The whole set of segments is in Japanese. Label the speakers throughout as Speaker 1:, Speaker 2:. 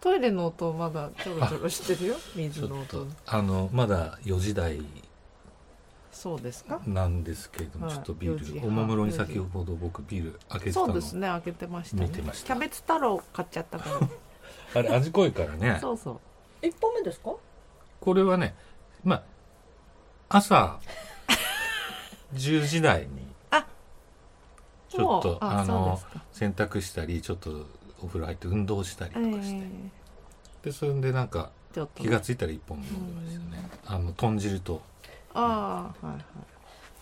Speaker 1: トイレの音まだちょろちょろして るよ水
Speaker 2: ちょ
Speaker 1: の
Speaker 2: っと
Speaker 1: 音
Speaker 2: あのまだ4時台
Speaker 1: そうですか
Speaker 2: なんですけれども、
Speaker 1: はい
Speaker 2: ちょっとビ
Speaker 1: 4時
Speaker 2: ール
Speaker 1: 半
Speaker 2: おもむろ
Speaker 1: 4
Speaker 2: に
Speaker 1: 時
Speaker 2: 先ほど僕ビール開けてた
Speaker 1: そう
Speaker 2: の、
Speaker 1: ですね開けてました,、ね、
Speaker 2: 見てました
Speaker 1: キャベツ太郎買っちゃったか
Speaker 2: あれ味濃いからね
Speaker 1: らそうそう
Speaker 3: 一本目ですか
Speaker 2: これはねまあ朝10時台に
Speaker 1: あ
Speaker 2: ちょっとあ
Speaker 1: あそうで
Speaker 2: の
Speaker 1: すか
Speaker 2: 洗濯したりちょっとお風呂入って運動したりと
Speaker 1: え
Speaker 2: か
Speaker 1: え
Speaker 2: して、でそれでなんか
Speaker 1: ちょっと
Speaker 2: 気がついたら一本飲んでましたね、あの豚汁と
Speaker 1: ああはいはい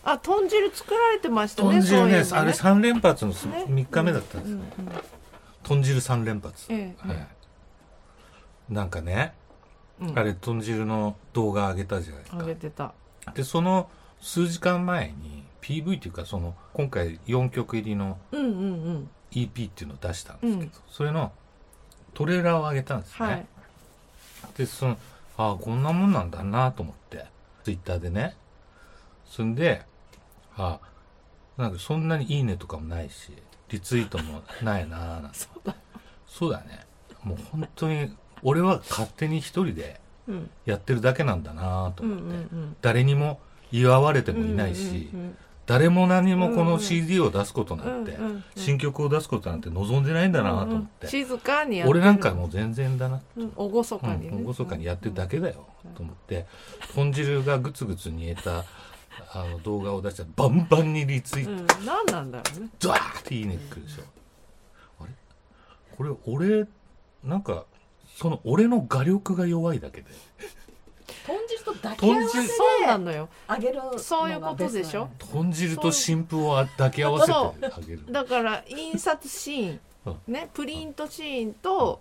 Speaker 1: あ豚汁作られてましたね
Speaker 2: 豚汁ね
Speaker 1: そういえば
Speaker 2: あれ3連発の
Speaker 1: ね
Speaker 2: 3日目だったんですよ、
Speaker 1: うんうん
Speaker 2: 豚汁3連発、
Speaker 1: ええ
Speaker 2: はいなんかね、
Speaker 1: うん
Speaker 2: あれ豚汁の動画上げたじゃないです
Speaker 1: あ
Speaker 2: か
Speaker 1: げてた
Speaker 2: でその数時間前に PV というかその今回4曲入りの
Speaker 1: うんうんうん
Speaker 2: EP っていうのを出したんです
Speaker 1: う
Speaker 2: けど、
Speaker 1: ん
Speaker 2: それのトレーラーを上げたんですね、
Speaker 1: はい
Speaker 2: でそのああこんなもんなんだなと思ってツイッターでねそんでああなんかそんなに「いいね」とかもないしリツイートもないなーなんて
Speaker 1: そうだ
Speaker 2: そうだねもう本当に俺は勝手に一人で
Speaker 1: うん
Speaker 2: やってるだけなんだなーと
Speaker 1: うんう
Speaker 2: 思
Speaker 1: ん
Speaker 2: って、
Speaker 1: うん
Speaker 2: 誰にも祝われてもいないし、
Speaker 1: うん
Speaker 2: 誰も何もこ
Speaker 1: うんう
Speaker 2: の
Speaker 1: ん
Speaker 2: CD を出すことなんて、
Speaker 1: うんうんうん
Speaker 2: 新曲を出すことなんて望んでないんだなと思って、
Speaker 1: 静かにやってる
Speaker 2: 俺なんかもう全然だな、
Speaker 1: うん厳
Speaker 2: う
Speaker 1: かにね
Speaker 2: ん、厳かにやってるだけだよ、
Speaker 1: うん
Speaker 2: と思って豚汁がぐつぐつ煮えたあの動画を出したらバンバンにリツイー
Speaker 1: う
Speaker 2: ト、
Speaker 1: ん何なんだろうね
Speaker 2: ドワーっていいねくるでしょ、あれこれ俺なんかその俺の画力が弱いだけで
Speaker 3: 豚汁と抱き合わせ
Speaker 2: 豚
Speaker 3: で
Speaker 2: 汁
Speaker 1: そうなのよ
Speaker 3: あげるのがベスト
Speaker 1: そうい
Speaker 3: な
Speaker 1: うん
Speaker 3: だ
Speaker 1: ことでしょ
Speaker 2: 豚汁と新婦をあ抱き合わせてあげる
Speaker 1: だから印刷シーン、ね、プリントシーンと、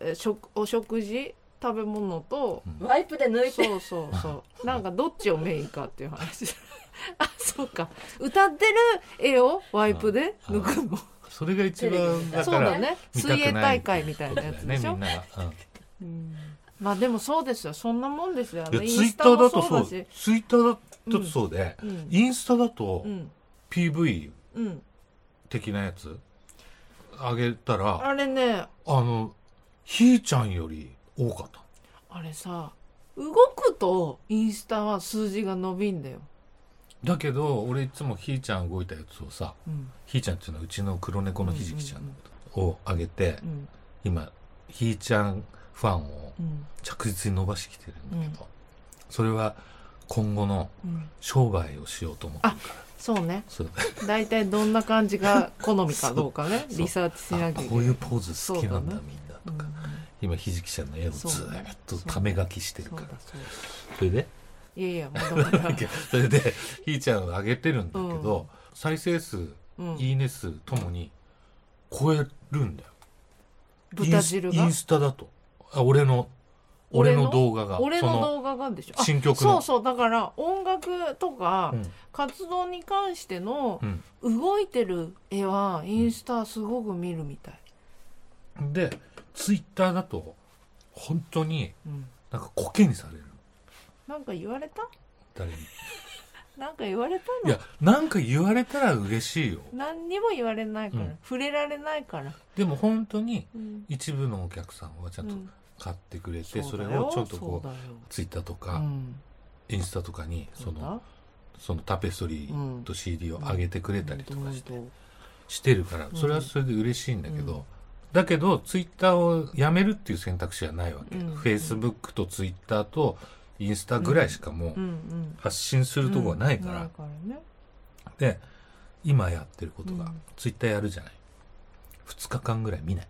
Speaker 1: えー食お食事食べ物と、
Speaker 3: ワイプで抜いて
Speaker 1: そうそう そうなんかどっちをメインかっていう話あそうか歌ってる絵をワイプで抜くの
Speaker 2: それが一番だ
Speaker 1: そ
Speaker 2: か
Speaker 1: う
Speaker 2: ら
Speaker 1: だね
Speaker 2: 見たくな
Speaker 1: 水
Speaker 2: い
Speaker 1: 泳大会みたいなやつでし
Speaker 2: そう
Speaker 1: ょ、
Speaker 2: だよねみんなが、
Speaker 1: うんまあでもそうですよそんなもんですよ
Speaker 2: うん、
Speaker 1: ね
Speaker 2: い
Speaker 1: イ
Speaker 2: やツイ
Speaker 1: ン
Speaker 2: ッ
Speaker 1: ス
Speaker 2: タ
Speaker 1: タ
Speaker 2: ー
Speaker 1: も
Speaker 2: だ
Speaker 1: そ
Speaker 2: と
Speaker 1: う
Speaker 2: そう
Speaker 1: だし
Speaker 2: ツイッターだとそうで、
Speaker 1: うん
Speaker 2: インスタだと
Speaker 1: うん、
Speaker 2: PV
Speaker 1: うん、
Speaker 2: 的なやつあげたらあ
Speaker 1: あれね
Speaker 2: のひーちゃんより多かった
Speaker 1: あれさ動くとインスタは数字が伸びんだよ、
Speaker 2: だけど俺いつもひーちゃん動いたやつをさ
Speaker 1: うん
Speaker 2: ひーちゃんっていうのはうちの黒猫のひじきちゃんのことをあげて、
Speaker 1: うん
Speaker 2: 今ひーちゃんファンを
Speaker 1: うん
Speaker 2: 着実に伸ばしてきてるんだけど、それは今後の
Speaker 1: うん、
Speaker 2: 商売をしようと思ってるから
Speaker 1: そうね
Speaker 2: そう
Speaker 1: 大体どんな感じ が好みかどうかね
Speaker 2: そう
Speaker 1: リサーチしな
Speaker 2: あ
Speaker 1: きゃいけ
Speaker 2: こ
Speaker 1: な
Speaker 2: う
Speaker 1: い
Speaker 2: いうポーズ好きなんだ
Speaker 1: そうだね
Speaker 2: みんな
Speaker 1: う
Speaker 2: と
Speaker 1: ん
Speaker 2: か、今ひじきちゃんの絵をず
Speaker 1: そうだ
Speaker 2: ーっ
Speaker 1: ね
Speaker 2: とため書きしてる
Speaker 1: そう
Speaker 2: か
Speaker 1: だ
Speaker 2: ら
Speaker 1: そうだ
Speaker 2: それで
Speaker 1: いやいやもうだ から、
Speaker 2: それでひーちゃんを上げてるんだけど、再生数
Speaker 1: うん、
Speaker 2: いいね数ともに超えるんだよ
Speaker 1: 豚汁
Speaker 2: インスイ
Speaker 1: が
Speaker 2: ンスタだとあ俺の俺の動画が
Speaker 1: 俺
Speaker 2: そ
Speaker 1: の動画がでしょあ
Speaker 2: 新曲
Speaker 1: そう
Speaker 2: の
Speaker 1: そうだから音楽とか
Speaker 2: うん
Speaker 1: 活動に関しての
Speaker 2: うん
Speaker 1: 動いてる絵はインスタすごく見るみたい、
Speaker 2: でツイッターだと本当に
Speaker 1: うん、
Speaker 2: なんかコケにされる
Speaker 1: なんか言われた
Speaker 2: 誰に
Speaker 1: なんか言われた
Speaker 2: い
Speaker 1: の
Speaker 2: やなんか言われたら嬉しいよ
Speaker 1: 何にも言われないから、
Speaker 2: うん
Speaker 1: 触れられないから、
Speaker 2: でも本当に
Speaker 1: うん
Speaker 2: 一部のお客さんはちゃんと
Speaker 1: うん
Speaker 2: 買ってくれて、
Speaker 1: う
Speaker 2: それ
Speaker 1: だよ
Speaker 2: をちょっとこう
Speaker 1: そうだよ
Speaker 2: ツイッターと
Speaker 1: う
Speaker 2: か、
Speaker 1: ん
Speaker 2: インスタとかにそ
Speaker 1: そうだ
Speaker 2: のそのタペストリーと CD を上げてくれたりとかして,、
Speaker 1: うん
Speaker 2: してるから
Speaker 1: うん
Speaker 2: それはそれで嬉しいんだけど、
Speaker 1: うん
Speaker 2: だけどツイッターをやめるっていう選択肢はないわけ、
Speaker 1: うん
Speaker 2: フェイスブックとツイッターとインスタぐらいしか
Speaker 1: う
Speaker 2: もうん
Speaker 1: うん
Speaker 2: 発信するとこがないから、
Speaker 1: うんないからね
Speaker 2: で今やってることが、
Speaker 1: うん
Speaker 2: ツイッターやるじゃない2日間ぐらい見ない、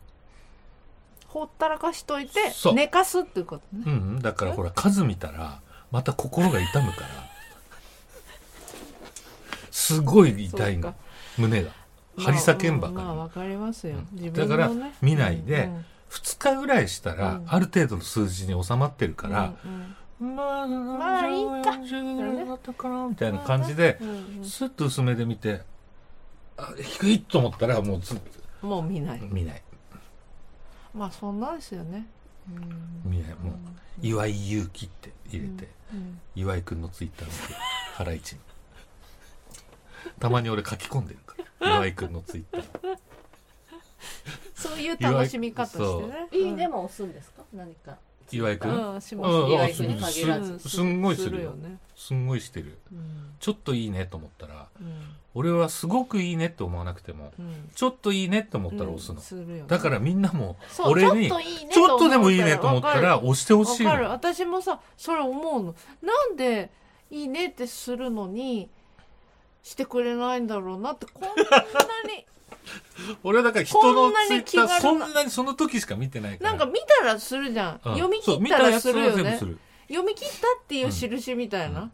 Speaker 1: ほったらかしといて
Speaker 2: そう
Speaker 1: 寝かすっていうことね
Speaker 2: うんうん、だからほら数見たらまた心が痛むからすごい痛い
Speaker 1: そ
Speaker 2: の
Speaker 1: うか
Speaker 2: 胸が張り裂けんばかり、
Speaker 1: まあまあわかりますよ、
Speaker 2: うん
Speaker 1: 自分の、ね、
Speaker 2: だから見ないで
Speaker 1: うんうん
Speaker 2: 2日ぐらいした
Speaker 1: う
Speaker 2: ら、
Speaker 1: ん
Speaker 2: ある程度の数字に収まってるから、
Speaker 1: うん
Speaker 2: まあ
Speaker 1: あいいか
Speaker 2: 40ぐらいだったかなみたいな感じで
Speaker 1: うんうん
Speaker 2: スッと薄めで見てあ低いと思ったらもうずっと
Speaker 1: もう見ない、
Speaker 2: 見ない
Speaker 1: まあそんなですよね、うん
Speaker 2: 見ないもう岩井勇気って入れて、
Speaker 1: うん
Speaker 2: 岩井くんのツイッター見て原市にたまに俺書き込んでるから岩井くんのツイッター
Speaker 1: そそういう楽しみ方してね
Speaker 3: いいねも押すんですか何か
Speaker 2: 岩井く。
Speaker 1: うんんうんし
Speaker 2: う
Speaker 1: ま
Speaker 2: ん
Speaker 3: 岩
Speaker 2: あ
Speaker 3: 井君に限
Speaker 2: す
Speaker 3: らず
Speaker 1: す
Speaker 2: すすんごいするよ。
Speaker 1: ね
Speaker 2: すんごいしてる。
Speaker 1: うん
Speaker 2: ちょっといいねと思ったら、
Speaker 1: うん
Speaker 2: 俺はすごくいいねって思わなくても、
Speaker 1: うん
Speaker 2: ちょっといいねって思ったら押すの。
Speaker 1: するよね
Speaker 2: だからみんなも、
Speaker 1: そう
Speaker 2: 俺に
Speaker 1: ちょっといいね
Speaker 2: ちょっとでもいいねと思
Speaker 1: わ
Speaker 2: った
Speaker 1: かる
Speaker 2: ら押してほ
Speaker 1: わ
Speaker 2: しい
Speaker 1: かる
Speaker 2: の。
Speaker 1: 私もさそれ思うのなんでいいねってするのにしてくれないんだろうなってこんな に
Speaker 2: 俺はだから人
Speaker 1: こ
Speaker 2: の
Speaker 1: んな
Speaker 2: ツイ
Speaker 1: に
Speaker 2: ッ
Speaker 1: 気
Speaker 2: タ
Speaker 1: 軽な
Speaker 2: ーそんなにその時しか見てないから。
Speaker 1: なんか見たらするじゃん、
Speaker 2: うん
Speaker 1: 読み
Speaker 2: そう
Speaker 1: 切ったらするよ
Speaker 2: 見たや
Speaker 1: ね
Speaker 2: つは全部する
Speaker 1: 読み切ったっていう印みたいな、
Speaker 2: うん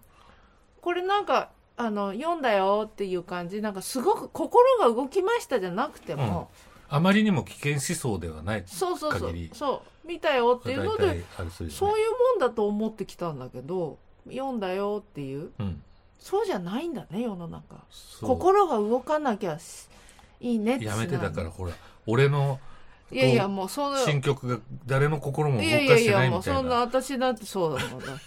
Speaker 1: これなんかあの読んだよっていう感じなんかすごく心が動きましたじゃなくても、
Speaker 2: あまりにも危険思想ではない。
Speaker 1: そうそうそう
Speaker 2: 限り
Speaker 1: そう見たよっていうので
Speaker 2: 大体あれするよね
Speaker 1: そういうもんだと思ってきたんだけど読んだよっていう
Speaker 2: うん。
Speaker 1: そうじゃないんだね世の中
Speaker 2: そう
Speaker 1: 心が動かなきゃしいいねってしな
Speaker 2: や
Speaker 1: い
Speaker 2: めてだからほら、俺の
Speaker 1: いやいやもうその
Speaker 2: 新曲が誰の心も動
Speaker 1: い
Speaker 2: か
Speaker 1: やいや
Speaker 2: し
Speaker 1: い
Speaker 2: てな
Speaker 1: や
Speaker 2: い
Speaker 1: も
Speaker 2: み
Speaker 1: う
Speaker 2: た
Speaker 1: そ
Speaker 2: い
Speaker 1: んな
Speaker 2: な。
Speaker 1: 私だってそうだもんな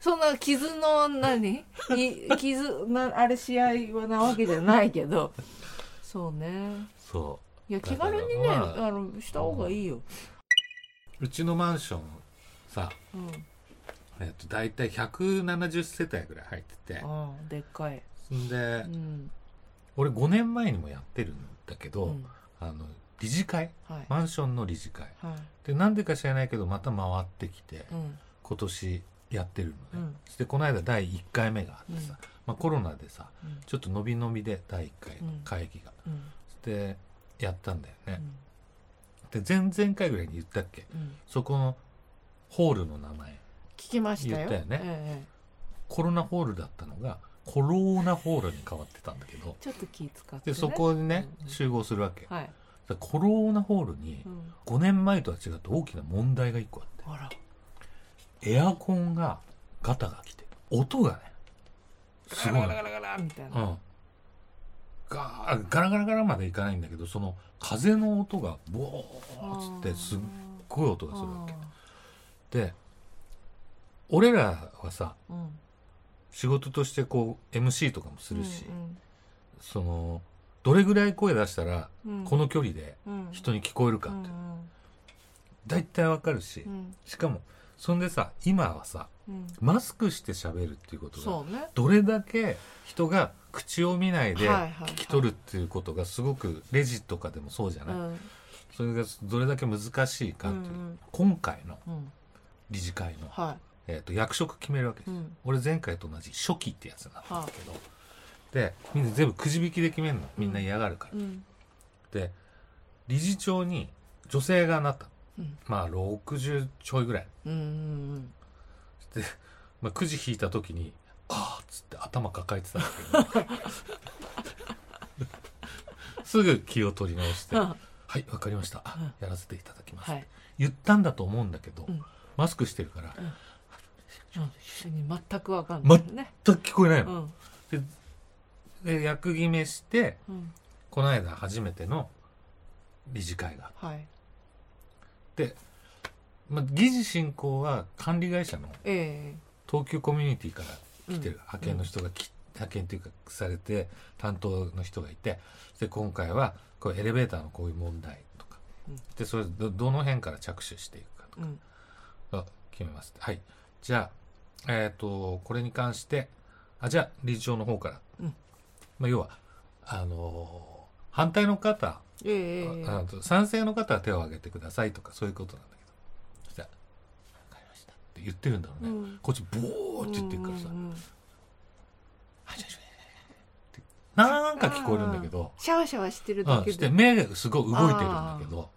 Speaker 1: そんな傷の何い傷なあれ試合はなわけじゃないけどそうね
Speaker 2: そ
Speaker 1: いや気軽にね、
Speaker 2: だからま
Speaker 1: あ、のした方がいいよ、
Speaker 2: う。うちのマンションさ、
Speaker 1: うん
Speaker 2: えっと、大体170世帯ぐらい入ってて、
Speaker 1: ああでっかい、
Speaker 2: そんで
Speaker 1: う、ん
Speaker 2: 俺5年前にもやってるんだけど、
Speaker 1: うん
Speaker 2: あの、理事会、
Speaker 1: はい
Speaker 2: マンションの理事会。
Speaker 1: はい
Speaker 2: で、なんでか知らないけど、また回ってきて、
Speaker 1: うん
Speaker 2: 今年やってるのね。
Speaker 1: うん
Speaker 2: そして、この間第1回目があってさ、
Speaker 1: うん
Speaker 2: まあコロナでさ、
Speaker 1: うん
Speaker 2: ちょっと伸び伸びで第1回の会議が。
Speaker 1: うん
Speaker 2: で、やったんだよ
Speaker 1: う
Speaker 2: ね。
Speaker 1: ん
Speaker 2: で、前々回ぐらいに言ったっけ
Speaker 1: うん
Speaker 2: そこのホールの名前。
Speaker 1: 聞きましたよ
Speaker 2: 言ったよね
Speaker 1: ええ
Speaker 2: コロナホールだったのが、コローナホールに変わってたんだけど、
Speaker 1: ちょっと気使って、
Speaker 2: で、
Speaker 1: ね、
Speaker 2: そこにね
Speaker 1: う、ん
Speaker 2: 集合するわけ。
Speaker 1: はい、
Speaker 2: でコローナホールに
Speaker 1: う、ん、
Speaker 2: 5年前とは違って大きな問題が1個あって、
Speaker 1: あら
Speaker 2: エアコンがガタが来て、音がね、すごいの。
Speaker 1: ガラガラみたいうな、
Speaker 2: ん。ガーガラガラガラまでいかないんだけど、その風の音が、ボーッつって、すっごい音がするわけ。で、俺らはさ、
Speaker 1: うん
Speaker 2: 仕事としてこう、MC とかもするし、
Speaker 1: うん
Speaker 2: その、どれぐらい声出したら、
Speaker 1: うん
Speaker 2: この距離で
Speaker 1: うん
Speaker 2: 人に聞こえるかって、だいたいわかるし、
Speaker 1: うん
Speaker 2: しかも、そんでさ、今はさ、
Speaker 1: うんうん
Speaker 2: マスクして喋るっていうことが、
Speaker 1: そうね
Speaker 2: どれだけ人が口を見ないで
Speaker 1: はいはいはい
Speaker 2: 聞き取るっていうことがすごく、レジとかでもそうじゃ
Speaker 1: う
Speaker 2: ない、
Speaker 1: ん
Speaker 2: それがどれだけ難しいかっていう、
Speaker 1: うん
Speaker 2: 今回の
Speaker 1: うん
Speaker 2: 理事会の、
Speaker 1: は
Speaker 2: えー、と役職決めるわけです
Speaker 1: いうん
Speaker 2: 俺前回と同じ初期ってやつなんだけど、でみんな全部くじ引きで決めるのみんな嫌がるから、
Speaker 1: うん
Speaker 2: で理事長に女性がなった
Speaker 1: うん
Speaker 2: まあ60ちょいぐらい
Speaker 1: うんうん
Speaker 2: で、まあ、くじ引いた時に「ああ」っつって頭抱えてたんだけど すぐ気を取り直して「
Speaker 1: うん
Speaker 2: は
Speaker 1: はい
Speaker 2: わかりました
Speaker 1: うん
Speaker 2: やらせていただきます」
Speaker 1: い
Speaker 2: 言ったんだと思うんだけど、
Speaker 1: うん
Speaker 2: マスクしてるから
Speaker 1: うん全くわかんないね
Speaker 2: 全く聞こえないうの。
Speaker 1: ん
Speaker 2: で役決めして
Speaker 1: うん
Speaker 2: この間初めての理事会があっ
Speaker 1: はい
Speaker 2: て、まあ、議事進行は管理会社の
Speaker 1: え
Speaker 2: 東急コミュニティから来て
Speaker 1: うん
Speaker 2: る派遣の人がき、派遣というかされて担当の人がいてで今回はこうエレベーターのこういう問題とか、
Speaker 1: うん
Speaker 2: でそれどどの辺から着手していくか
Speaker 1: えうん
Speaker 2: とか決めますはいじゃあえっ、とこれに関してあじゃあ理事長の方から、
Speaker 1: うん
Speaker 2: まあ、要はあのー反対の方
Speaker 1: ええ
Speaker 2: ああと賛成の方は手を挙げてくださいとかそういうことなんだけどそしたら「分かりました」って言ってるんだろうね、
Speaker 1: うん
Speaker 2: こっちボーって言ってるからさ「
Speaker 1: うんうん
Speaker 2: はいじゃあじゃあじゃあじゃあってなんか聞こえるんだけど、
Speaker 1: シャワシャワしてる
Speaker 2: う
Speaker 1: だ
Speaker 2: ん、
Speaker 1: け
Speaker 2: して
Speaker 1: で
Speaker 2: 目がすごい動いてるんだけど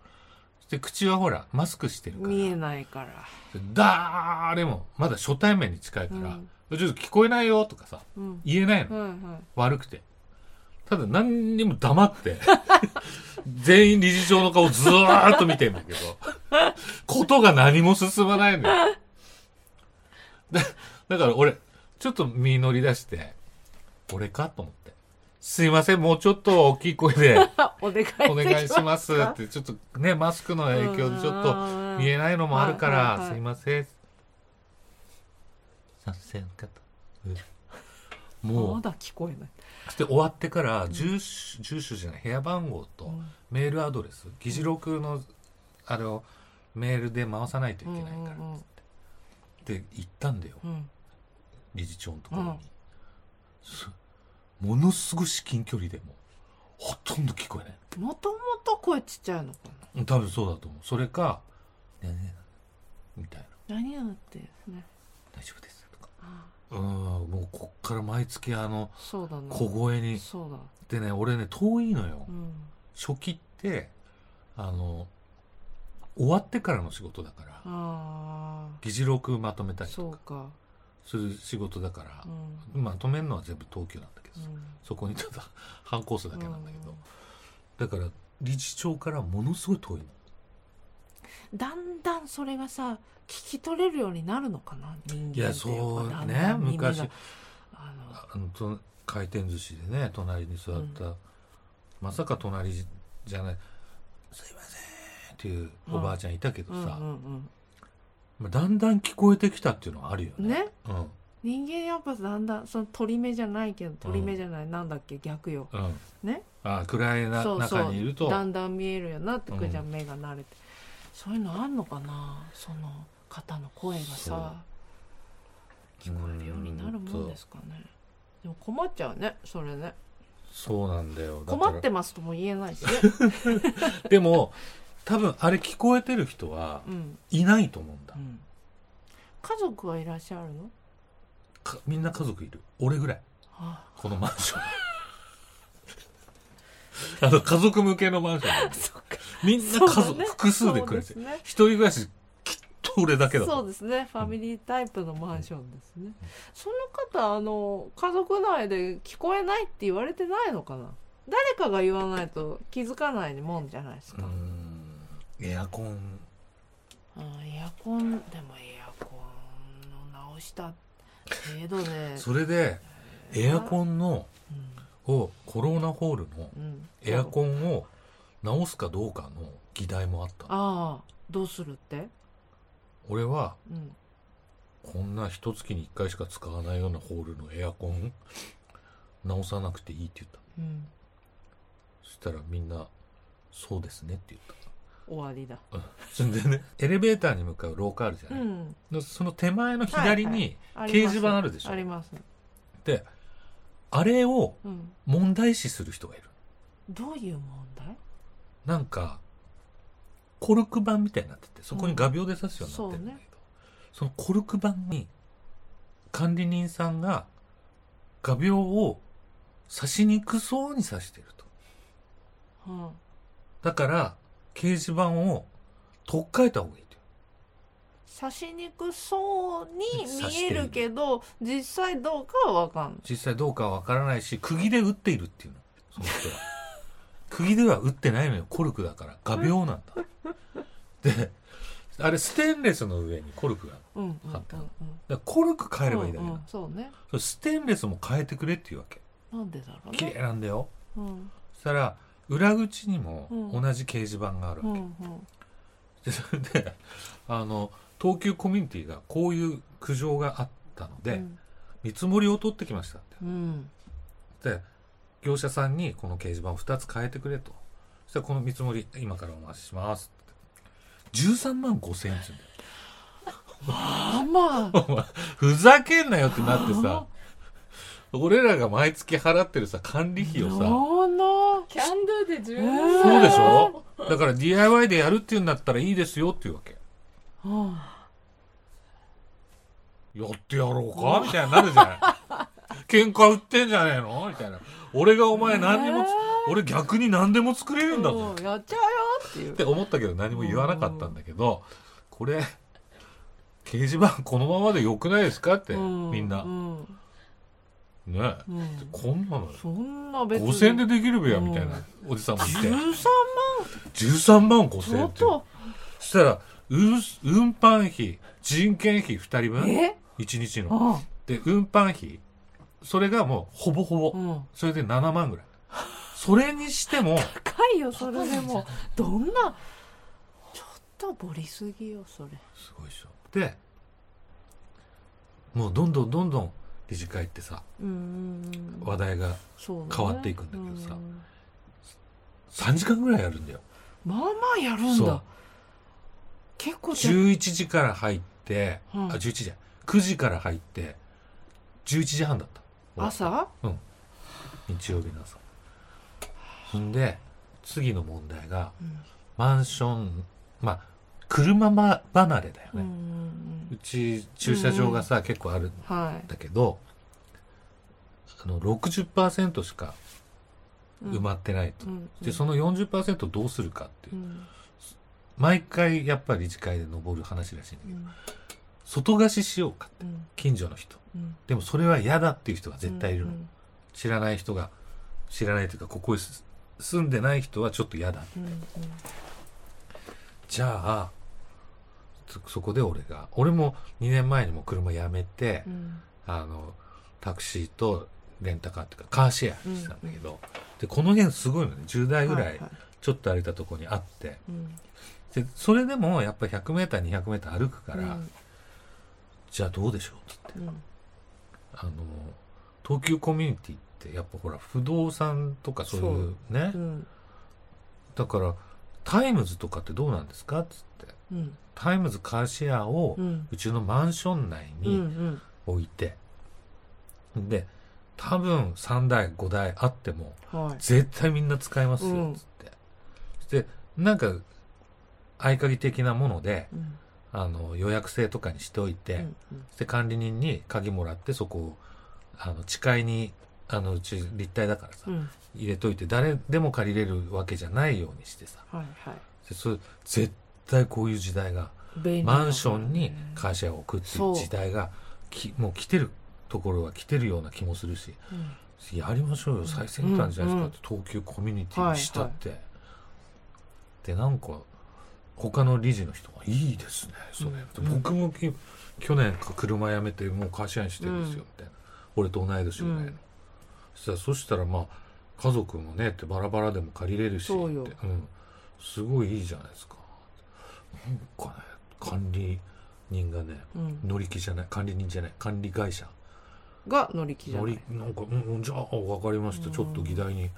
Speaker 2: して口はほらマスクしてるから
Speaker 1: 見えないから
Speaker 2: 誰もまだ初対面に近いから「ちょっと聞こえないよ」とかさ
Speaker 1: うん
Speaker 2: 言えないの、
Speaker 1: はいはい
Speaker 2: 悪くて。ただ何にも黙って、 全員理事長の顔ずーっと見てんだけど、ことが何も進まないのよ。だだから俺、ちょっと身乗り出して、俺かと思って。すいません、もうちょっと大きい声で
Speaker 1: あお願い
Speaker 2: お願いしますっ
Speaker 1: か
Speaker 2: て、ちょっとね、マスクの影響でちょっと見えないのもあるか
Speaker 1: うんうんうんはいはいは
Speaker 2: ら、
Speaker 1: い
Speaker 2: すいません。賛成の方。も
Speaker 1: ま
Speaker 2: う
Speaker 1: だ聞こえない。
Speaker 2: で終わってから住所住所じゃない部屋番号とメールアドレス議事録のあれをメールで回さないといけないから
Speaker 1: うんうんうん
Speaker 2: って言ったんだよ
Speaker 1: うん
Speaker 2: 理事長のところに、
Speaker 1: うん
Speaker 2: すものすごい至近距離でもほとんど聞こえな
Speaker 1: もともと声ちっちゃいのか
Speaker 2: い多分そうだと思うそれか「ねえねえみたいな
Speaker 1: な。何やってね。
Speaker 2: 「大丈夫です」とか
Speaker 1: あ
Speaker 2: うーんもうこっから毎月あの
Speaker 1: そうだな。
Speaker 2: 小声に
Speaker 1: そうだ。
Speaker 2: でね俺ね遠いのよ、
Speaker 1: うん。
Speaker 2: 初期ってあの終わってからの仕事だから、
Speaker 1: あ
Speaker 2: 議事録まとめた
Speaker 1: あ。
Speaker 2: り
Speaker 1: そ
Speaker 2: と
Speaker 1: う
Speaker 2: か
Speaker 1: か。
Speaker 2: する仕事だから
Speaker 1: う、ん。
Speaker 2: まとめるのは全部東急なんだけど
Speaker 1: う
Speaker 2: さ、
Speaker 1: ん
Speaker 2: そこにただ 反抗数だけなんだけど、
Speaker 1: うん
Speaker 2: だから理事長からものすごい遠いの
Speaker 1: だんだんそれがさ聞き取れるようになるのかな人間
Speaker 2: い
Speaker 1: っ
Speaker 2: や
Speaker 1: ていう
Speaker 2: そ
Speaker 1: か
Speaker 2: う
Speaker 1: だん
Speaker 2: ね
Speaker 1: だん耳が
Speaker 2: 昔
Speaker 1: あの
Speaker 2: あのと回転寿司でね隣に座った、まさか隣じゃない「すいません」っていうおばあちゃんいたけど
Speaker 1: うん
Speaker 2: さ、
Speaker 1: うん
Speaker 2: まあだんだん聞こえてきたっていうのはあるよ
Speaker 1: うん
Speaker 2: ね。
Speaker 1: ね
Speaker 2: うん
Speaker 1: 人間やっぱだんだんその鳥目じゃないけど鳥目じゃない、なんだっけ逆よ
Speaker 2: うん
Speaker 1: ね
Speaker 2: あ暗いな
Speaker 1: そうそう
Speaker 2: 中にいると
Speaker 1: だんだん見えるようになってくるじゃん、
Speaker 2: う
Speaker 1: 目が慣れてそういうのあんのかなその方の声がさ聞こえるようになるもんですかねでも困っちゃうねそれね
Speaker 2: そうなんだよだから
Speaker 1: 困ってますとも言えない しね、
Speaker 2: でも多分あれ聞こえてる人は
Speaker 1: うん
Speaker 2: いないと思うんだ
Speaker 1: うん、家族はいらっしゃるの
Speaker 2: かみんな家族いる俺ぐらい
Speaker 1: あ
Speaker 2: このマンション あの家族向けのマンションなんで
Speaker 1: そっか
Speaker 2: みんな家
Speaker 1: そ
Speaker 2: 族、
Speaker 1: うだね
Speaker 2: 複数で暮らして
Speaker 1: そう
Speaker 2: る
Speaker 1: ですね
Speaker 2: 一人暮らしきっと俺だけだと
Speaker 1: そ
Speaker 2: 思
Speaker 1: う
Speaker 2: う
Speaker 1: ですねファミリータイプのマンションですね、その方あの家族内で聞こえないって言われてないのかな誰かが言わないと気づかないもんじゃないです
Speaker 2: う
Speaker 1: か、
Speaker 2: ーんエアコン
Speaker 1: あエアコンでもエアコンの直した程度で
Speaker 2: それでエアコンのをコロナホールの
Speaker 1: うんうん
Speaker 2: エアコンを直すかどうかの議題もあったの
Speaker 1: ああどうするって
Speaker 2: 俺は
Speaker 1: うん
Speaker 2: こんな一月に一回しか使わないようなホールのエアコン直さなくていいって言った
Speaker 1: うん
Speaker 2: そしたらみんな「そうですね」って言っ
Speaker 1: 終わりだ
Speaker 2: た、うん、それでねエレベーターに向かう廊下あるじゃ
Speaker 1: う
Speaker 2: ない、
Speaker 1: ん
Speaker 2: のその手前の左
Speaker 1: はいは
Speaker 2: に
Speaker 1: あ
Speaker 2: 掲
Speaker 1: ります
Speaker 2: 示板あるでしょ、
Speaker 1: あります
Speaker 2: であれを
Speaker 1: うん
Speaker 2: 問題視する人がいる
Speaker 1: どういう問題
Speaker 2: なんかコルク板みたいになっててそこに画鋲で刺すようになってるんだけど、そのコルク板に管理人さんが画鋲を刺しにくそうに刺してると
Speaker 1: うん
Speaker 2: だから掲示板を取っ替えた方がいいと
Speaker 1: 刺しにくそうに見えるけど実際どうかは分かんない
Speaker 2: 実際どうかは分からないし釘で打っているっていうのその 人は釘では打ってないのよコルクだから画鋲なんだであれステンレスの上にコルクがある
Speaker 1: うんうんうん
Speaker 2: 買ったの
Speaker 1: うん
Speaker 2: だからコルク変えればいいだけ
Speaker 1: う
Speaker 2: なんの
Speaker 1: うんそうね
Speaker 2: それステンレスも変えてくれっていうわけ
Speaker 1: なんでだろう
Speaker 2: 綺麗
Speaker 1: ね
Speaker 2: なんだよ
Speaker 1: うん
Speaker 2: そしたら裏口にも
Speaker 1: うん
Speaker 2: 同じ掲示板がある
Speaker 1: うん
Speaker 2: わ
Speaker 1: う
Speaker 2: け、
Speaker 1: ん
Speaker 2: でそれ であの東急コミュニティがこういう苦情があったので、
Speaker 1: うん
Speaker 2: 見積もりを取ってきましたって
Speaker 1: うん
Speaker 2: で業者さんにこの掲示板を2つ変えてくれとそしたらこの見積もり今からお待ちしますって13万5千円って言うんだよ
Speaker 1: あまあ
Speaker 2: お前ふざけんなよってな ってさ俺らが毎月払ってるさ管理費をさ
Speaker 1: どうの
Speaker 3: キャンドゥで十
Speaker 1: えー
Speaker 3: 分
Speaker 2: そうでしょだから DIY でやるっていうんだったらいいですよっていうわけ
Speaker 1: うん
Speaker 2: やってやろうかみたいになるじゃない喧嘩売ってんじゃねえのみたいな俺がお前何にもつ、
Speaker 1: ね
Speaker 2: 俺逆に何でも作れるんだぞ
Speaker 1: うんやっちゃうよってい
Speaker 2: っ
Speaker 1: う
Speaker 2: て思ったけど何も言わなかったんだけどこれ掲示板 このままでよくないですかって
Speaker 1: う
Speaker 2: みんな
Speaker 1: う
Speaker 2: ね
Speaker 1: うん
Speaker 2: こんなの
Speaker 1: そんな別に
Speaker 2: 5000円でできるべやみたいなおじさんもいて
Speaker 1: 13
Speaker 2: 13万5000円
Speaker 1: 相
Speaker 2: って
Speaker 1: 当
Speaker 2: そしたら運運搬費人件費2人分
Speaker 1: え
Speaker 2: 1日の
Speaker 1: あ
Speaker 2: で運搬費それがもうほぼほ
Speaker 1: う
Speaker 2: ぼ
Speaker 1: ん
Speaker 2: それで7万ぐらいそれにし ても
Speaker 1: 高いよそれでもどんなちょっとボリすぎよそれ
Speaker 2: すごいでしょでもうどんどんどんどん理事会ってさ
Speaker 1: うん
Speaker 2: 話題が
Speaker 1: そうだね
Speaker 2: 変わっていくんだけどさ
Speaker 1: うん
Speaker 2: 3時間ぐらいやるんだよ
Speaker 1: まあまあやるん
Speaker 2: そう
Speaker 1: だ結構じゃ
Speaker 2: 11時から入って、
Speaker 1: うん
Speaker 2: あ11時じゃない9時から入って11時半だった
Speaker 1: 朝
Speaker 2: 日曜日の朝そんで次の問題が
Speaker 1: うん
Speaker 2: マンションまあ車ま離れだよ
Speaker 1: うんう
Speaker 2: ね、うんち駐車場がさ、結構あるん
Speaker 1: は
Speaker 2: だけどあの60%しか
Speaker 1: い
Speaker 2: 埋まってないと、
Speaker 1: うん
Speaker 2: でその40%どうするかっていう、
Speaker 1: うん
Speaker 2: 毎回やっぱり理事会で登る話らしいんだけ
Speaker 1: う
Speaker 2: ど
Speaker 1: ん
Speaker 2: 外貸ししようかって
Speaker 1: うん
Speaker 2: 近所の人
Speaker 1: うん
Speaker 2: でもそれは嫌だっていう人が絶対いるの、
Speaker 1: うん
Speaker 2: 知らない人が知らないというかここにす住んでない人はちょっと嫌だ
Speaker 1: うんうん
Speaker 2: じゃあそそこで俺が俺も2年前にも車辞めて、
Speaker 1: うん
Speaker 2: あのタクシーとレンタカーっていうかカーシェアしてたんだけど、でこの辺すごいのね10台ぐら
Speaker 1: はいは
Speaker 2: ちょっと歩いたとこにあって、
Speaker 1: うん
Speaker 2: でそれでもやっぱ 100m200m 歩くから、
Speaker 1: うん
Speaker 2: じゃあどうでしょうっつって
Speaker 1: うん
Speaker 2: あの東急コミュニティってやっぱほら不動産とかそういうね
Speaker 1: うん
Speaker 2: だからタイムズとかってどうなんですかっつって
Speaker 1: うん
Speaker 2: タイムズカーシェアを
Speaker 1: うん
Speaker 2: うちのマンション内
Speaker 1: うんう
Speaker 2: に
Speaker 1: ん
Speaker 2: 置いて、で多分3台5台あっても
Speaker 1: はい
Speaker 2: 絶対みんな使います
Speaker 1: う
Speaker 2: よ
Speaker 1: ん
Speaker 2: っつって、でなんか合鍵的なもので
Speaker 1: うん
Speaker 2: あの予約制とかにしておいて、
Speaker 1: うんうん
Speaker 2: で管理人に鍵もらってそこをあの地階にあのうち立体だからさ、
Speaker 1: うん
Speaker 2: 入れといて誰でも借りれるわけじゃないようにしてさ
Speaker 1: はいはい
Speaker 2: でそれ絶対こういう時代が
Speaker 1: 便利だからね
Speaker 2: マンションに会社を置くっていう時代がきもう来てるところは来てるような気もするし
Speaker 1: うん
Speaker 2: やりましょうよ最先端じゃないですか、
Speaker 1: うんうん
Speaker 2: って東急コミュニティにしたって、でなんか他の理事の人が「いいですねそれ」
Speaker 1: うん
Speaker 2: 僕もき去年か車辞めてもう会社員してるんですよ」
Speaker 1: うん
Speaker 2: みたいな俺と同い年ぐらいの、
Speaker 1: うん
Speaker 2: そしたらそしたらまあ家族もねってバラバラでも借りれるしって
Speaker 1: そうよ
Speaker 2: ん、すごいいいじゃないですかなんかね管理人がね
Speaker 1: うん
Speaker 2: 乗り気じゃない管理人じゃない管理会社
Speaker 1: が乗り気じゃ
Speaker 2: ノ
Speaker 1: な
Speaker 2: リ
Speaker 1: い
Speaker 2: なんか、うんうん、じゃあ分かりました、
Speaker 1: うん
Speaker 2: ちょっと議題に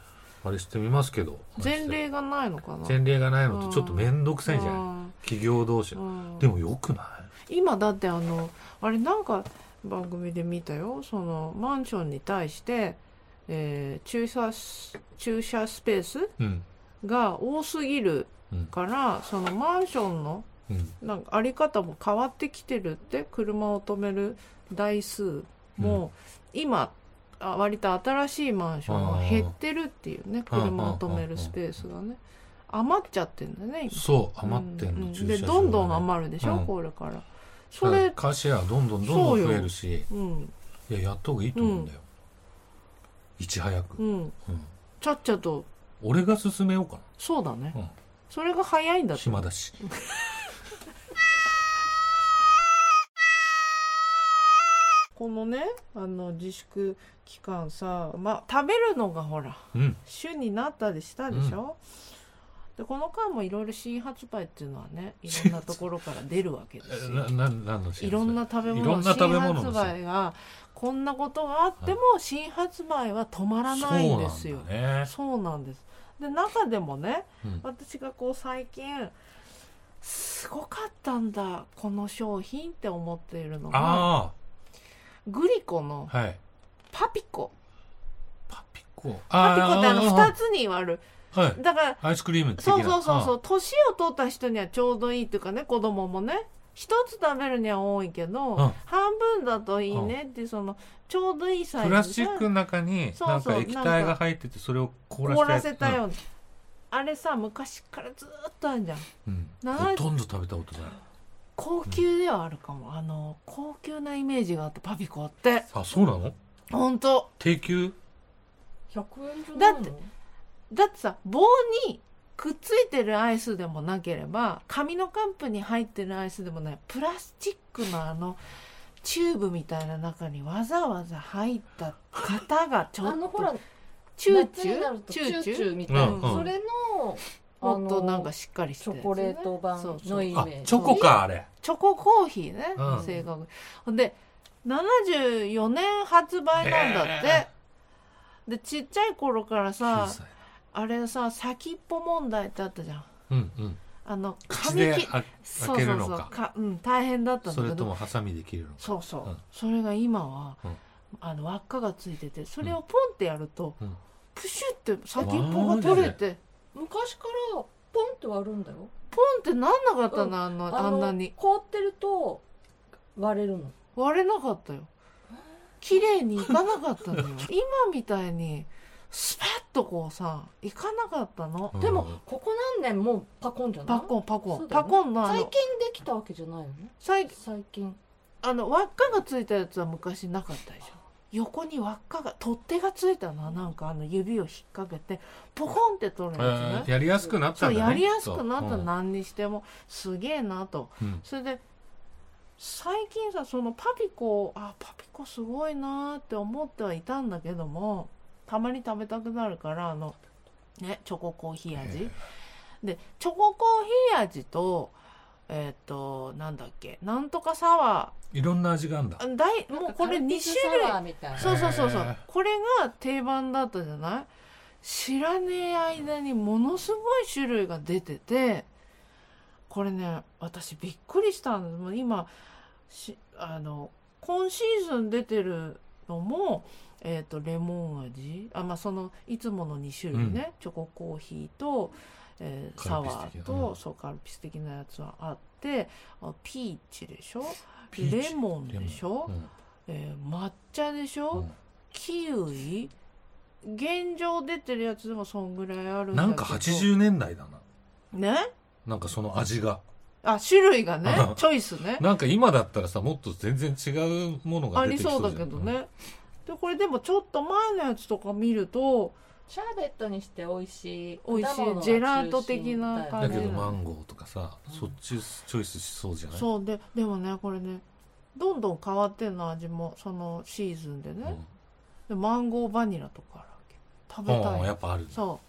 Speaker 2: あれしてみますけど
Speaker 1: 前例がないのかな
Speaker 2: 前例がないのとちょっと面倒くさいじゃない、ん、
Speaker 1: な
Speaker 2: 企業同士の、でもよくな
Speaker 1: 今だってあのあれなんか番組で見たよそのマンションに対して、えー駐車ス駐車スペース
Speaker 2: いうん
Speaker 1: が多すぎるから、そのマンションの
Speaker 2: うん
Speaker 1: なんかあり方も変わってきてるって車を止める台数も、今あ割と新しいマンションは減ってるっていうね
Speaker 2: あー
Speaker 1: 車を止めるスペースがね余っちゃってんだよね今
Speaker 2: そう余ってんの、
Speaker 1: うん
Speaker 2: 駐車
Speaker 1: で
Speaker 2: 場
Speaker 1: どんどん
Speaker 2: っ
Speaker 1: 余るでしょ、
Speaker 2: うん
Speaker 1: これから
Speaker 2: そ
Speaker 1: それ
Speaker 2: カーシェアどんどんどんどん増えるし
Speaker 1: うん
Speaker 2: いややった方がいいと思うんだよ、いち早
Speaker 1: う
Speaker 2: く、
Speaker 1: ん
Speaker 2: うん
Speaker 1: ちゃっちゃと
Speaker 2: 俺が進めようか
Speaker 1: そうだね、
Speaker 2: うん
Speaker 1: それが早いんだ
Speaker 2: な
Speaker 1: って
Speaker 2: 暇だし
Speaker 1: このねあの自粛期間さまあ食べるのがほら
Speaker 2: うん
Speaker 1: 主になったりしたでしょ、でこの間もいろいろ新発売っていうのはねいろんなところから出るわけで
Speaker 2: え
Speaker 1: すよ
Speaker 2: なななんの幸せ
Speaker 1: いろんな食べ
Speaker 2: いろ
Speaker 1: 物
Speaker 2: んな食べ物の
Speaker 1: 新発売がこんなことがあっても新発売は止まらないんですよ
Speaker 2: そうなんだね
Speaker 1: そうなんです。で中でもね、
Speaker 2: うん
Speaker 1: 私がこう最近すごかったんだこの商品って思っているのが
Speaker 2: あ
Speaker 1: グリコの
Speaker 2: あはい
Speaker 1: パピコ
Speaker 2: パピコ
Speaker 1: パピコってあの2
Speaker 2: つ
Speaker 1: つに割る
Speaker 2: はい
Speaker 1: だから
Speaker 2: アイスクリーム的な
Speaker 1: そうそうそうそ
Speaker 2: あ
Speaker 1: う年を取った人にはちょうどいいっていうかね子供もね一つ食べるには多いけど
Speaker 2: うん
Speaker 1: 半分だといいねっていうそのちょうどいいサイズ
Speaker 2: プラスチックの中に
Speaker 1: そう
Speaker 2: なん
Speaker 1: そう
Speaker 2: か液体が入っててそれを凍らせ
Speaker 1: 凍らせた
Speaker 2: う
Speaker 1: ようなあれさ昔からずーっとあるじゃん
Speaker 2: んうん
Speaker 1: な
Speaker 2: ほとんど食べたことない
Speaker 1: 高級ではあるかも、あの高級なイメージがあってパピコって
Speaker 2: あそうなの
Speaker 1: 本当
Speaker 2: 低級
Speaker 3: 百円じゃ
Speaker 1: だ
Speaker 3: ない
Speaker 1: っ
Speaker 3: の
Speaker 1: てだってさ棒にくっついてるアイスでもなければ紙のカップに入ってるアイスでもないプラスチックのあのチューブみたいな中にわざわざ入った型がちょ
Speaker 3: あ
Speaker 1: っ
Speaker 3: のほ
Speaker 1: と
Speaker 3: ら
Speaker 1: チューチ
Speaker 3: 夏にな
Speaker 1: ュ
Speaker 3: る
Speaker 1: ー
Speaker 3: と
Speaker 1: チ
Speaker 3: チ
Speaker 1: ュ
Speaker 3: ュ
Speaker 1: ー
Speaker 3: ー
Speaker 1: チ
Speaker 3: チ
Speaker 1: ュ
Speaker 3: ュ
Speaker 1: ー
Speaker 3: ーみたいな、
Speaker 2: うんうん
Speaker 3: それの
Speaker 1: もっとなんか
Speaker 3: チ
Speaker 1: しっかりして
Speaker 3: ョコレート
Speaker 1: そう
Speaker 3: 版
Speaker 1: そう
Speaker 3: のイメ
Speaker 2: あ
Speaker 3: ージ
Speaker 2: チョコかあれ
Speaker 1: チョココーヒーね、
Speaker 2: うん
Speaker 1: 正確にほんで74年発売なんだって、
Speaker 2: へ
Speaker 1: でちっちゃい頃から
Speaker 2: 小
Speaker 1: さ
Speaker 2: さい
Speaker 1: あれさ先っぽ問題ってあったじゃん
Speaker 2: うんうん
Speaker 1: あの
Speaker 2: 口で
Speaker 1: 切
Speaker 2: あ
Speaker 1: そ
Speaker 2: 開
Speaker 1: う
Speaker 2: け
Speaker 1: そ
Speaker 2: る
Speaker 1: う
Speaker 2: の
Speaker 1: そう
Speaker 2: か
Speaker 1: か、うん、大変だったん
Speaker 2: そ
Speaker 1: だけ
Speaker 2: れと
Speaker 1: ど
Speaker 2: もハサミで切るのか
Speaker 1: そうそう、
Speaker 2: うん
Speaker 1: それが今は、
Speaker 2: うん
Speaker 1: あの輪っかがついててそれをポンってやると、
Speaker 2: うん
Speaker 1: プシュって先っぽが取れて
Speaker 3: 昔からポンって割るんだよ
Speaker 1: ポンってなんなかったな、あのあんなに
Speaker 3: 凍ってると割れるの
Speaker 1: 割れなかったよ綺麗にいかなかったのよ今みたいにスパッとこうさいかなかったの、
Speaker 2: うん
Speaker 3: でもここ何年もうパコンじゃない
Speaker 1: パコンパコン、
Speaker 3: そうだよ
Speaker 1: パコ
Speaker 3: ね
Speaker 1: ンのあ
Speaker 3: 最
Speaker 1: の
Speaker 3: 近できたわけじゃないよね
Speaker 1: 最近
Speaker 3: 最近
Speaker 1: あの輪っかがついたやつは昔なかったでしょ横に輪っかが取っ手がついたななんかあの指を引っ掛けてポコンって取る
Speaker 2: え
Speaker 1: やつね
Speaker 2: ーやりやすくなった
Speaker 1: そ
Speaker 2: ん
Speaker 1: う
Speaker 2: だね
Speaker 1: やりやすくなった
Speaker 2: そう
Speaker 1: 何にしてもすげえなと
Speaker 2: うんうん
Speaker 1: それで最近さそのパピコをあパピコすごいなーって思ってはいたんだけどもたまに食べたくなるからあのねチョココーヒー味、
Speaker 2: え
Speaker 1: でチョココーヒー味とえっ、となんだっけなんとかサワ
Speaker 2: いろんな味があるんだ
Speaker 1: ーあ大もうこれ2種類
Speaker 3: みたい
Speaker 1: そうそうそうそ
Speaker 2: へー
Speaker 1: うこれが定番だったじゃない知らねえ間にものすごい種類が出ててこれね私びっくりしたんですもう今しあの今シーズン出てるのも、えー、とレモン味あ、まあ、そのいつもの2種類ね、チョココーヒーと、えーサ
Speaker 2: カルピス
Speaker 1: ワー
Speaker 2: 的な
Speaker 1: と、
Speaker 2: うん
Speaker 1: そうカルピス的なやつはあってあピーチでしょ
Speaker 2: ピーチ
Speaker 1: レモンでしょ
Speaker 2: レモン
Speaker 1: えー抹茶でしょ、
Speaker 2: うん
Speaker 1: キウイ現状出てるやつでもそんぐらいあ
Speaker 2: う
Speaker 1: る
Speaker 2: ん
Speaker 1: だけど
Speaker 2: なんか80年代だな
Speaker 1: ね
Speaker 2: なんかその味が
Speaker 1: あ種類がね
Speaker 2: うん
Speaker 1: チョイス ね
Speaker 2: なんか今だったらさもっと全然違うものが
Speaker 1: あ
Speaker 2: 出て
Speaker 1: り
Speaker 2: きそ
Speaker 1: そうう
Speaker 2: じゃ
Speaker 1: だ
Speaker 2: ん
Speaker 1: けどね、でこれでもちょっと前のやつとか見ると
Speaker 3: シャーベットにして美味しい
Speaker 1: 美味しい
Speaker 3: 果物が
Speaker 1: ジェラート的な
Speaker 2: だ
Speaker 1: 感
Speaker 2: け
Speaker 1: じ
Speaker 2: ど
Speaker 1: な
Speaker 2: マンゴーとかさ、そっちチョイスしそうじゃない
Speaker 1: そうででもねこれねどんどん変わってんの味もそのシーズンで
Speaker 2: う
Speaker 1: ね、
Speaker 2: ん
Speaker 1: でマンゴーバニラとかあるわけ食べ
Speaker 2: ああ
Speaker 1: たい
Speaker 2: やっぱある
Speaker 1: そ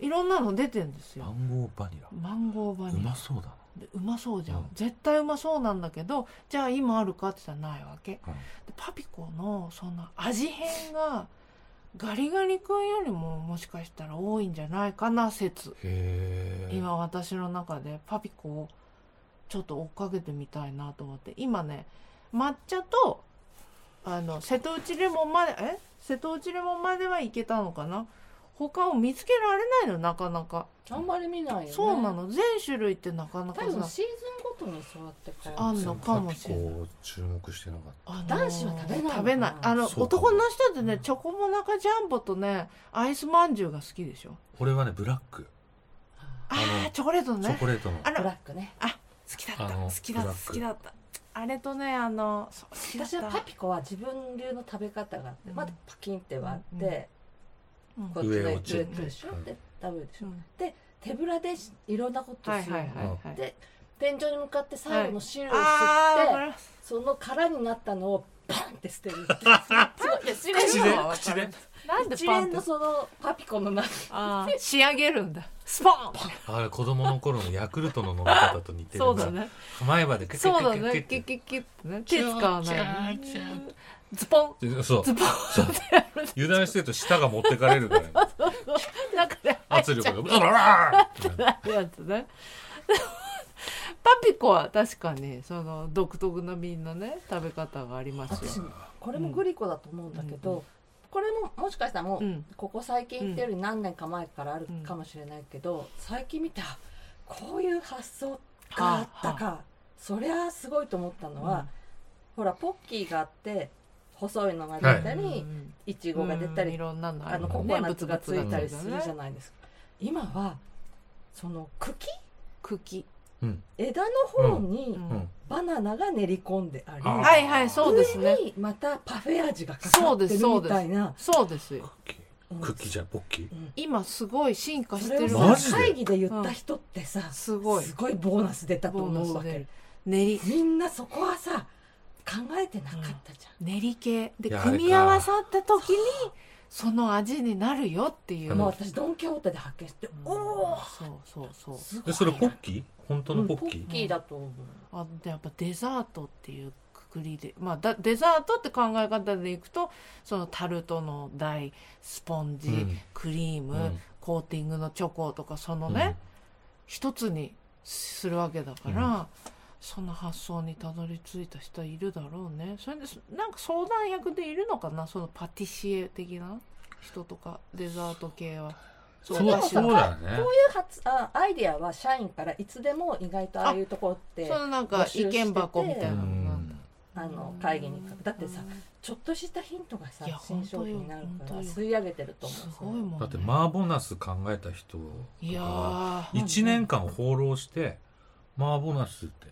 Speaker 1: ういろんなの出てんです
Speaker 2: マ
Speaker 1: よ
Speaker 2: ンゴーバニラ
Speaker 1: マンゴーバ
Speaker 2: う
Speaker 1: ニラ
Speaker 2: まそうだ
Speaker 1: でうまそうじゃん、
Speaker 2: うん
Speaker 1: 絶対うまそうなんだけどじゃあ今あるかって言ったらないわけ、
Speaker 2: うん
Speaker 1: でパピコのそんな味変がガリガリ君よりももしかしたら多いんじゃないかな説
Speaker 2: なへえ
Speaker 1: 今私の中でパピコをちょっと追っかけてみたいなと思って今ね抹茶とあの瀬戸内レモンまでえ瀬戸内レモンまではいけたのかな他を見つけられないのなかなか、
Speaker 3: あんまり見ないよね
Speaker 1: そうなの全種類ってなかな
Speaker 3: 多
Speaker 1: か
Speaker 3: 分シーズンごとにそうやって変わ
Speaker 1: あ
Speaker 3: る
Speaker 1: んのかもしれない
Speaker 2: い注目してなかっ
Speaker 1: あのー
Speaker 3: 男子は食べないのかな
Speaker 1: 食べないあの
Speaker 2: そうかも
Speaker 1: 男の人ってねチョコモナカジャンボとねアイスまんじゅうが好きでしょ
Speaker 2: た俺はねブラック
Speaker 1: あ
Speaker 2: あ
Speaker 1: あ
Speaker 2: の
Speaker 1: ーチョコレート
Speaker 2: チョ
Speaker 1: ね
Speaker 2: コレートの
Speaker 1: あ
Speaker 3: ブラッ
Speaker 1: の
Speaker 3: クね
Speaker 1: あ好きだった
Speaker 2: あの
Speaker 1: 好きだった
Speaker 2: ブラック
Speaker 1: 好きだったあれとねあのそう好きだっ
Speaker 3: 私
Speaker 1: た
Speaker 3: はパピコは自分流の食べ方があっ
Speaker 1: う
Speaker 3: て、
Speaker 1: ん
Speaker 3: まずパキンって割っ
Speaker 1: うん
Speaker 3: て、
Speaker 1: うん
Speaker 3: こっちの
Speaker 2: 上落ち
Speaker 3: 上来るでしょ、
Speaker 2: うん
Speaker 3: で食べるでし
Speaker 1: う
Speaker 3: ょ、
Speaker 1: ん
Speaker 3: 手ぶらでしいろんなこと
Speaker 1: はい
Speaker 3: する、
Speaker 1: はいはいはい
Speaker 3: で天井に向かって最後の汁を吸
Speaker 1: あー
Speaker 3: って、
Speaker 1: わかります
Speaker 3: その殻になったのをバンって捨てる
Speaker 1: パンってす
Speaker 2: 口
Speaker 1: る
Speaker 2: で
Speaker 1: のはわ
Speaker 2: 口
Speaker 1: かる
Speaker 2: で
Speaker 1: なんで
Speaker 3: 一
Speaker 1: パンっ
Speaker 3: 連
Speaker 1: て
Speaker 3: のそのパピコの中
Speaker 1: あー仕上げるんだスポーン
Speaker 2: あれ子供の頃のヤクルトの飲み方と似てるな
Speaker 1: そうだね
Speaker 2: 前歯でクック
Speaker 1: そう
Speaker 2: ッ
Speaker 1: だ
Speaker 2: クック
Speaker 1: ね
Speaker 2: ッ
Speaker 1: キュッ
Speaker 2: ク
Speaker 1: キュッキュッってね手使わな
Speaker 2: ない
Speaker 1: いズポン
Speaker 2: そう
Speaker 1: ズポン ってやる
Speaker 2: 油断してると舌が持ってか れるからね、
Speaker 1: 中で入っちゃ
Speaker 2: 圧
Speaker 1: う
Speaker 2: 力がブラブラーってなる
Speaker 1: やつね。パピコは確かにその独特なみんなね食べ方があります
Speaker 3: 私
Speaker 1: よ。
Speaker 3: これもグリコだと思うんだけど、
Speaker 1: うん
Speaker 3: これももしかしたらもう、
Speaker 1: うん
Speaker 3: ここ最近っていうより何年か前からあるかもしれないけど、最近見たこういう発想があったか、そりゃあすごいと思ったのは、ほらポッキーがあって細いのが出たり、
Speaker 1: うん
Speaker 3: いちごが出たり
Speaker 1: うんいろんなの
Speaker 3: あ
Speaker 1: る
Speaker 3: のコ
Speaker 1: もん
Speaker 3: コ
Speaker 1: ね
Speaker 3: ナッツがついたり
Speaker 1: ブツブ
Speaker 3: す
Speaker 1: ツ
Speaker 3: る
Speaker 1: がつい
Speaker 3: じ
Speaker 1: た
Speaker 3: ゃ
Speaker 1: ね
Speaker 3: ないですか、今はその茎
Speaker 1: 茎。
Speaker 2: うん
Speaker 3: 枝の方に
Speaker 1: うん
Speaker 2: うん
Speaker 3: バナナが練り込んであり、
Speaker 2: あ
Speaker 1: はいはいそうですね
Speaker 3: 上。にまたパフェ味がかかってるみたいな
Speaker 1: そうですよ。
Speaker 3: うん
Speaker 2: クッキーじゃんポッキー
Speaker 1: 今すごい進化し
Speaker 3: そ
Speaker 1: て
Speaker 3: れ
Speaker 1: る
Speaker 2: マ
Speaker 3: を
Speaker 2: ジで
Speaker 3: さ会議で言った人ってさ、
Speaker 1: すごい
Speaker 3: すごいボーナス出たと
Speaker 1: ボー
Speaker 3: 思う
Speaker 1: ナ
Speaker 3: わ
Speaker 1: スで
Speaker 3: け
Speaker 1: 練り
Speaker 3: みんなそこはさ考えてなかったじゃん、
Speaker 1: 練り系で
Speaker 2: いや
Speaker 1: 組み合わさった時にその味になるよっていう。
Speaker 2: あ
Speaker 3: もう
Speaker 2: の
Speaker 3: 私ドン・キホーテで発見して、
Speaker 1: うん
Speaker 3: おお
Speaker 1: そうそうそう。
Speaker 3: すごい
Speaker 2: でそれポッキー本当
Speaker 3: う
Speaker 2: の
Speaker 3: ん
Speaker 2: ポ
Speaker 3: ポ
Speaker 2: ッキー
Speaker 3: ッキーだと思う
Speaker 1: あでやっぱデザートっていうく作りで、まあ、だデザートって考え方でいくとそのタルトの台スポンジ、
Speaker 2: うん
Speaker 1: クリーム、
Speaker 2: うん
Speaker 1: コーティングのチョコとかそのね、一つにするわけだから、その発想にたどり着いた人はいるだろうねそれでそなんか相談役でいるのかなそのパティシエ的な人とかデザート系は
Speaker 2: そうう
Speaker 1: お菓子
Speaker 2: そうだよね
Speaker 3: こういう発あアイディアは社員からいつでも意外とああいうところって
Speaker 1: そのなんか意見箱みたいな
Speaker 2: う
Speaker 1: のなんだ
Speaker 2: ん
Speaker 3: あの会議にだってさちょっとしたヒントがさ
Speaker 1: いや
Speaker 3: 新商品になる
Speaker 1: 本
Speaker 3: か
Speaker 1: 当
Speaker 3: ら
Speaker 1: よ
Speaker 3: 吸い上げてると思う
Speaker 1: すごいもん、ね、
Speaker 2: だってマーボナス考えた人
Speaker 1: いや
Speaker 2: が
Speaker 1: ー
Speaker 2: 1年間放浪してマーボナスって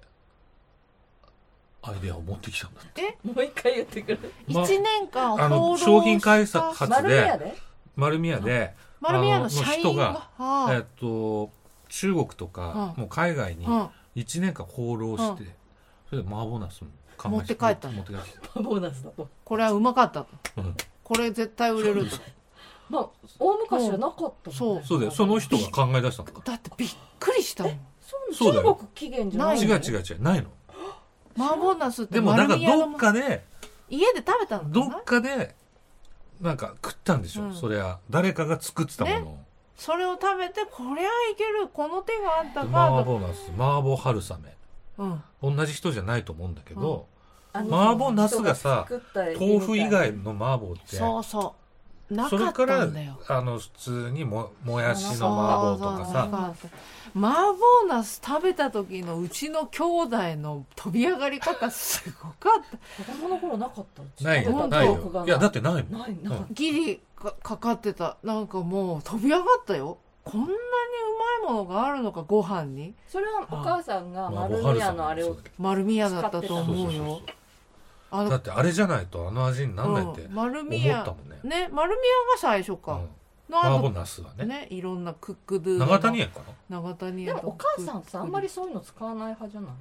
Speaker 2: アイデアを持ってきたんだって
Speaker 3: もう一回言ってくれ
Speaker 2: ま
Speaker 1: 1年間
Speaker 2: あ
Speaker 1: 放浪
Speaker 2: の
Speaker 1: した
Speaker 2: 商品開発で
Speaker 3: 丸めやで
Speaker 2: 丸宮で
Speaker 1: 丸宮の社員が
Speaker 2: あの人
Speaker 1: はあ
Speaker 2: えっと中国とか
Speaker 1: うん
Speaker 2: もう海外に
Speaker 1: うん
Speaker 2: 1年間放浪してそれでマーボナスも考え
Speaker 1: 持って帰ったの
Speaker 2: 持って帰った
Speaker 3: ボーナスだと
Speaker 1: これはうまかったと
Speaker 2: うん
Speaker 1: これ絶対売れると
Speaker 3: まあ大昔はなかったもんね
Speaker 2: そうだよその人が考え出したのか
Speaker 1: だってびっくりしたもん
Speaker 3: そ
Speaker 2: そう
Speaker 3: う
Speaker 2: だ
Speaker 3: な
Speaker 2: よ
Speaker 3: の中国起源じゃない
Speaker 1: な
Speaker 2: 違
Speaker 1: いうの
Speaker 2: 違う違うないの
Speaker 1: マーボーナスって
Speaker 2: でもなんか
Speaker 1: 丸宮の
Speaker 2: どっかで
Speaker 1: 家で食べたの
Speaker 2: ど
Speaker 1: かな
Speaker 2: っかでなんか食ったんでしょ、
Speaker 1: うん
Speaker 2: そりゃ誰かが作ってたものを、
Speaker 1: それを食べてこりゃいけるこの手があった
Speaker 2: マー
Speaker 1: か
Speaker 2: ボーナスマーボー春雨
Speaker 1: と、うん、
Speaker 2: 同じ人じゃないと思うんだけど、
Speaker 3: あの
Speaker 2: 麻婆茄子がさ
Speaker 3: 人作った絵みたい
Speaker 2: 豆腐以外のマーボーって
Speaker 1: そうそうな
Speaker 2: そ
Speaker 1: か
Speaker 2: れ
Speaker 1: っ
Speaker 2: か
Speaker 1: た
Speaker 2: ら
Speaker 1: んだよ
Speaker 2: あの普通にももやしのマーボーとか
Speaker 1: そうそうそう
Speaker 2: さ
Speaker 1: なんか麻婆ナス食べた時のうちの兄弟の飛び上がり方すごかった
Speaker 3: 子供の頃なかったうち
Speaker 2: ない
Speaker 1: そ
Speaker 2: よ
Speaker 1: う
Speaker 2: ない
Speaker 3: 記憶が
Speaker 2: よいやだってないもん
Speaker 3: ないなかっ
Speaker 1: ギリかかかってたなんかもう飛び上がったよこんなにうまいものがあるのかご飯に
Speaker 3: たそれはお母さんが
Speaker 2: マー
Speaker 3: 丸
Speaker 2: ボー春
Speaker 3: ミヤ
Speaker 2: 雨
Speaker 3: のあれ
Speaker 2: そ
Speaker 3: を
Speaker 2: うだよ
Speaker 1: 丸宮だったと思う
Speaker 2: そうそう
Speaker 1: よ
Speaker 2: そう
Speaker 1: あ
Speaker 2: だってあれじゃないとあの味になんないって
Speaker 1: うん丸
Speaker 2: 思っ
Speaker 1: 宮
Speaker 2: たもんね、
Speaker 1: ね丸宮が最初
Speaker 2: うん
Speaker 1: か、の
Speaker 2: マーボ
Speaker 1: 後
Speaker 2: ーナスは
Speaker 1: ね
Speaker 2: ね
Speaker 1: いろんなクックドゥの
Speaker 2: 長谷園かな
Speaker 1: 長谷
Speaker 3: で
Speaker 1: 屋
Speaker 3: も
Speaker 1: と
Speaker 3: お母さんさあんまり
Speaker 1: クッ
Speaker 3: そういうの使わない派じゃない
Speaker 1: ク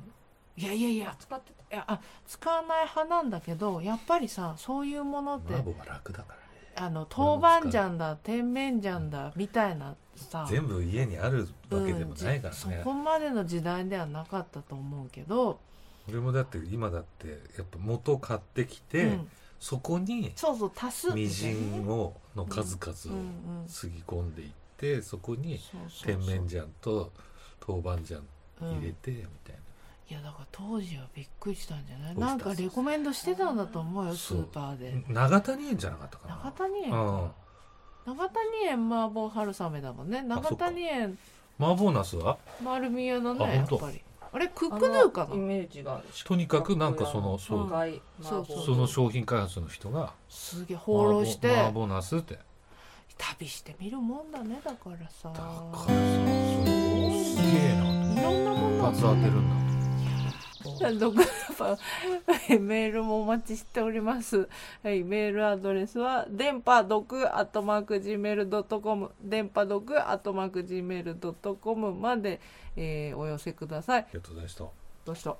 Speaker 1: ドゥいやいやいや
Speaker 3: 使ってた
Speaker 1: いやあ使わない派なんだけどやっぱりさそういうものって
Speaker 2: マーボーは楽だからね
Speaker 1: あの豆板醤だ甜麺醤だみたいなさ
Speaker 2: 全部家にあるわけでもないから
Speaker 1: うんじ
Speaker 2: ね
Speaker 1: そ、こまでの時代ではなかったと思うけど、
Speaker 2: 俺もだって今だってやっぱ元買ってきて、
Speaker 1: うん、
Speaker 2: そこに
Speaker 1: そうそう足す
Speaker 2: み
Speaker 1: みた
Speaker 2: じ
Speaker 1: いなね
Speaker 2: んをの数々
Speaker 1: うんう
Speaker 2: を
Speaker 1: ん
Speaker 2: つぎ込んでいってそこに
Speaker 1: そうそう
Speaker 2: 甜
Speaker 1: そう
Speaker 2: 麺醤と豆板醤
Speaker 1: うん
Speaker 2: 入れてみたい
Speaker 1: いやだから当時はびっくりしたんじゃない
Speaker 2: どうし
Speaker 1: な
Speaker 2: た
Speaker 1: んかレコメンドしてたんだと思うよス
Speaker 2: そう
Speaker 1: ーパーで
Speaker 2: な長谷園じゃなかったかな
Speaker 1: 長谷園
Speaker 2: うん
Speaker 1: か長谷園麻婆春雨だもんね
Speaker 2: そっか
Speaker 1: 長谷園
Speaker 2: 麻婆茄子は
Speaker 1: 丸宮だ
Speaker 2: あ
Speaker 1: ねやっ
Speaker 2: 本当
Speaker 1: ぱりあれクックドゥか
Speaker 3: あのイ
Speaker 1: な
Speaker 3: メージが
Speaker 2: とにかくなんかそのそうう、
Speaker 3: 深い
Speaker 1: そ
Speaker 3: 麻
Speaker 1: うそう
Speaker 3: 婆
Speaker 2: その商品開発の人が
Speaker 1: すげえ放浪して
Speaker 2: 麻婆麻婆茄子って
Speaker 1: 旅してみるもんだねだからさ
Speaker 2: だからさそれをすげえなと思って
Speaker 1: いろんなも
Speaker 2: 一
Speaker 1: のを
Speaker 2: 発当てるんだ
Speaker 1: どこかメールもお待ちしております。はい、メールアドレスは、電波毒アットマーク Gmail.com、電波毒アットマーク Gmail.com まで、えーお寄せください
Speaker 2: あ。りがとうございました
Speaker 1: どうした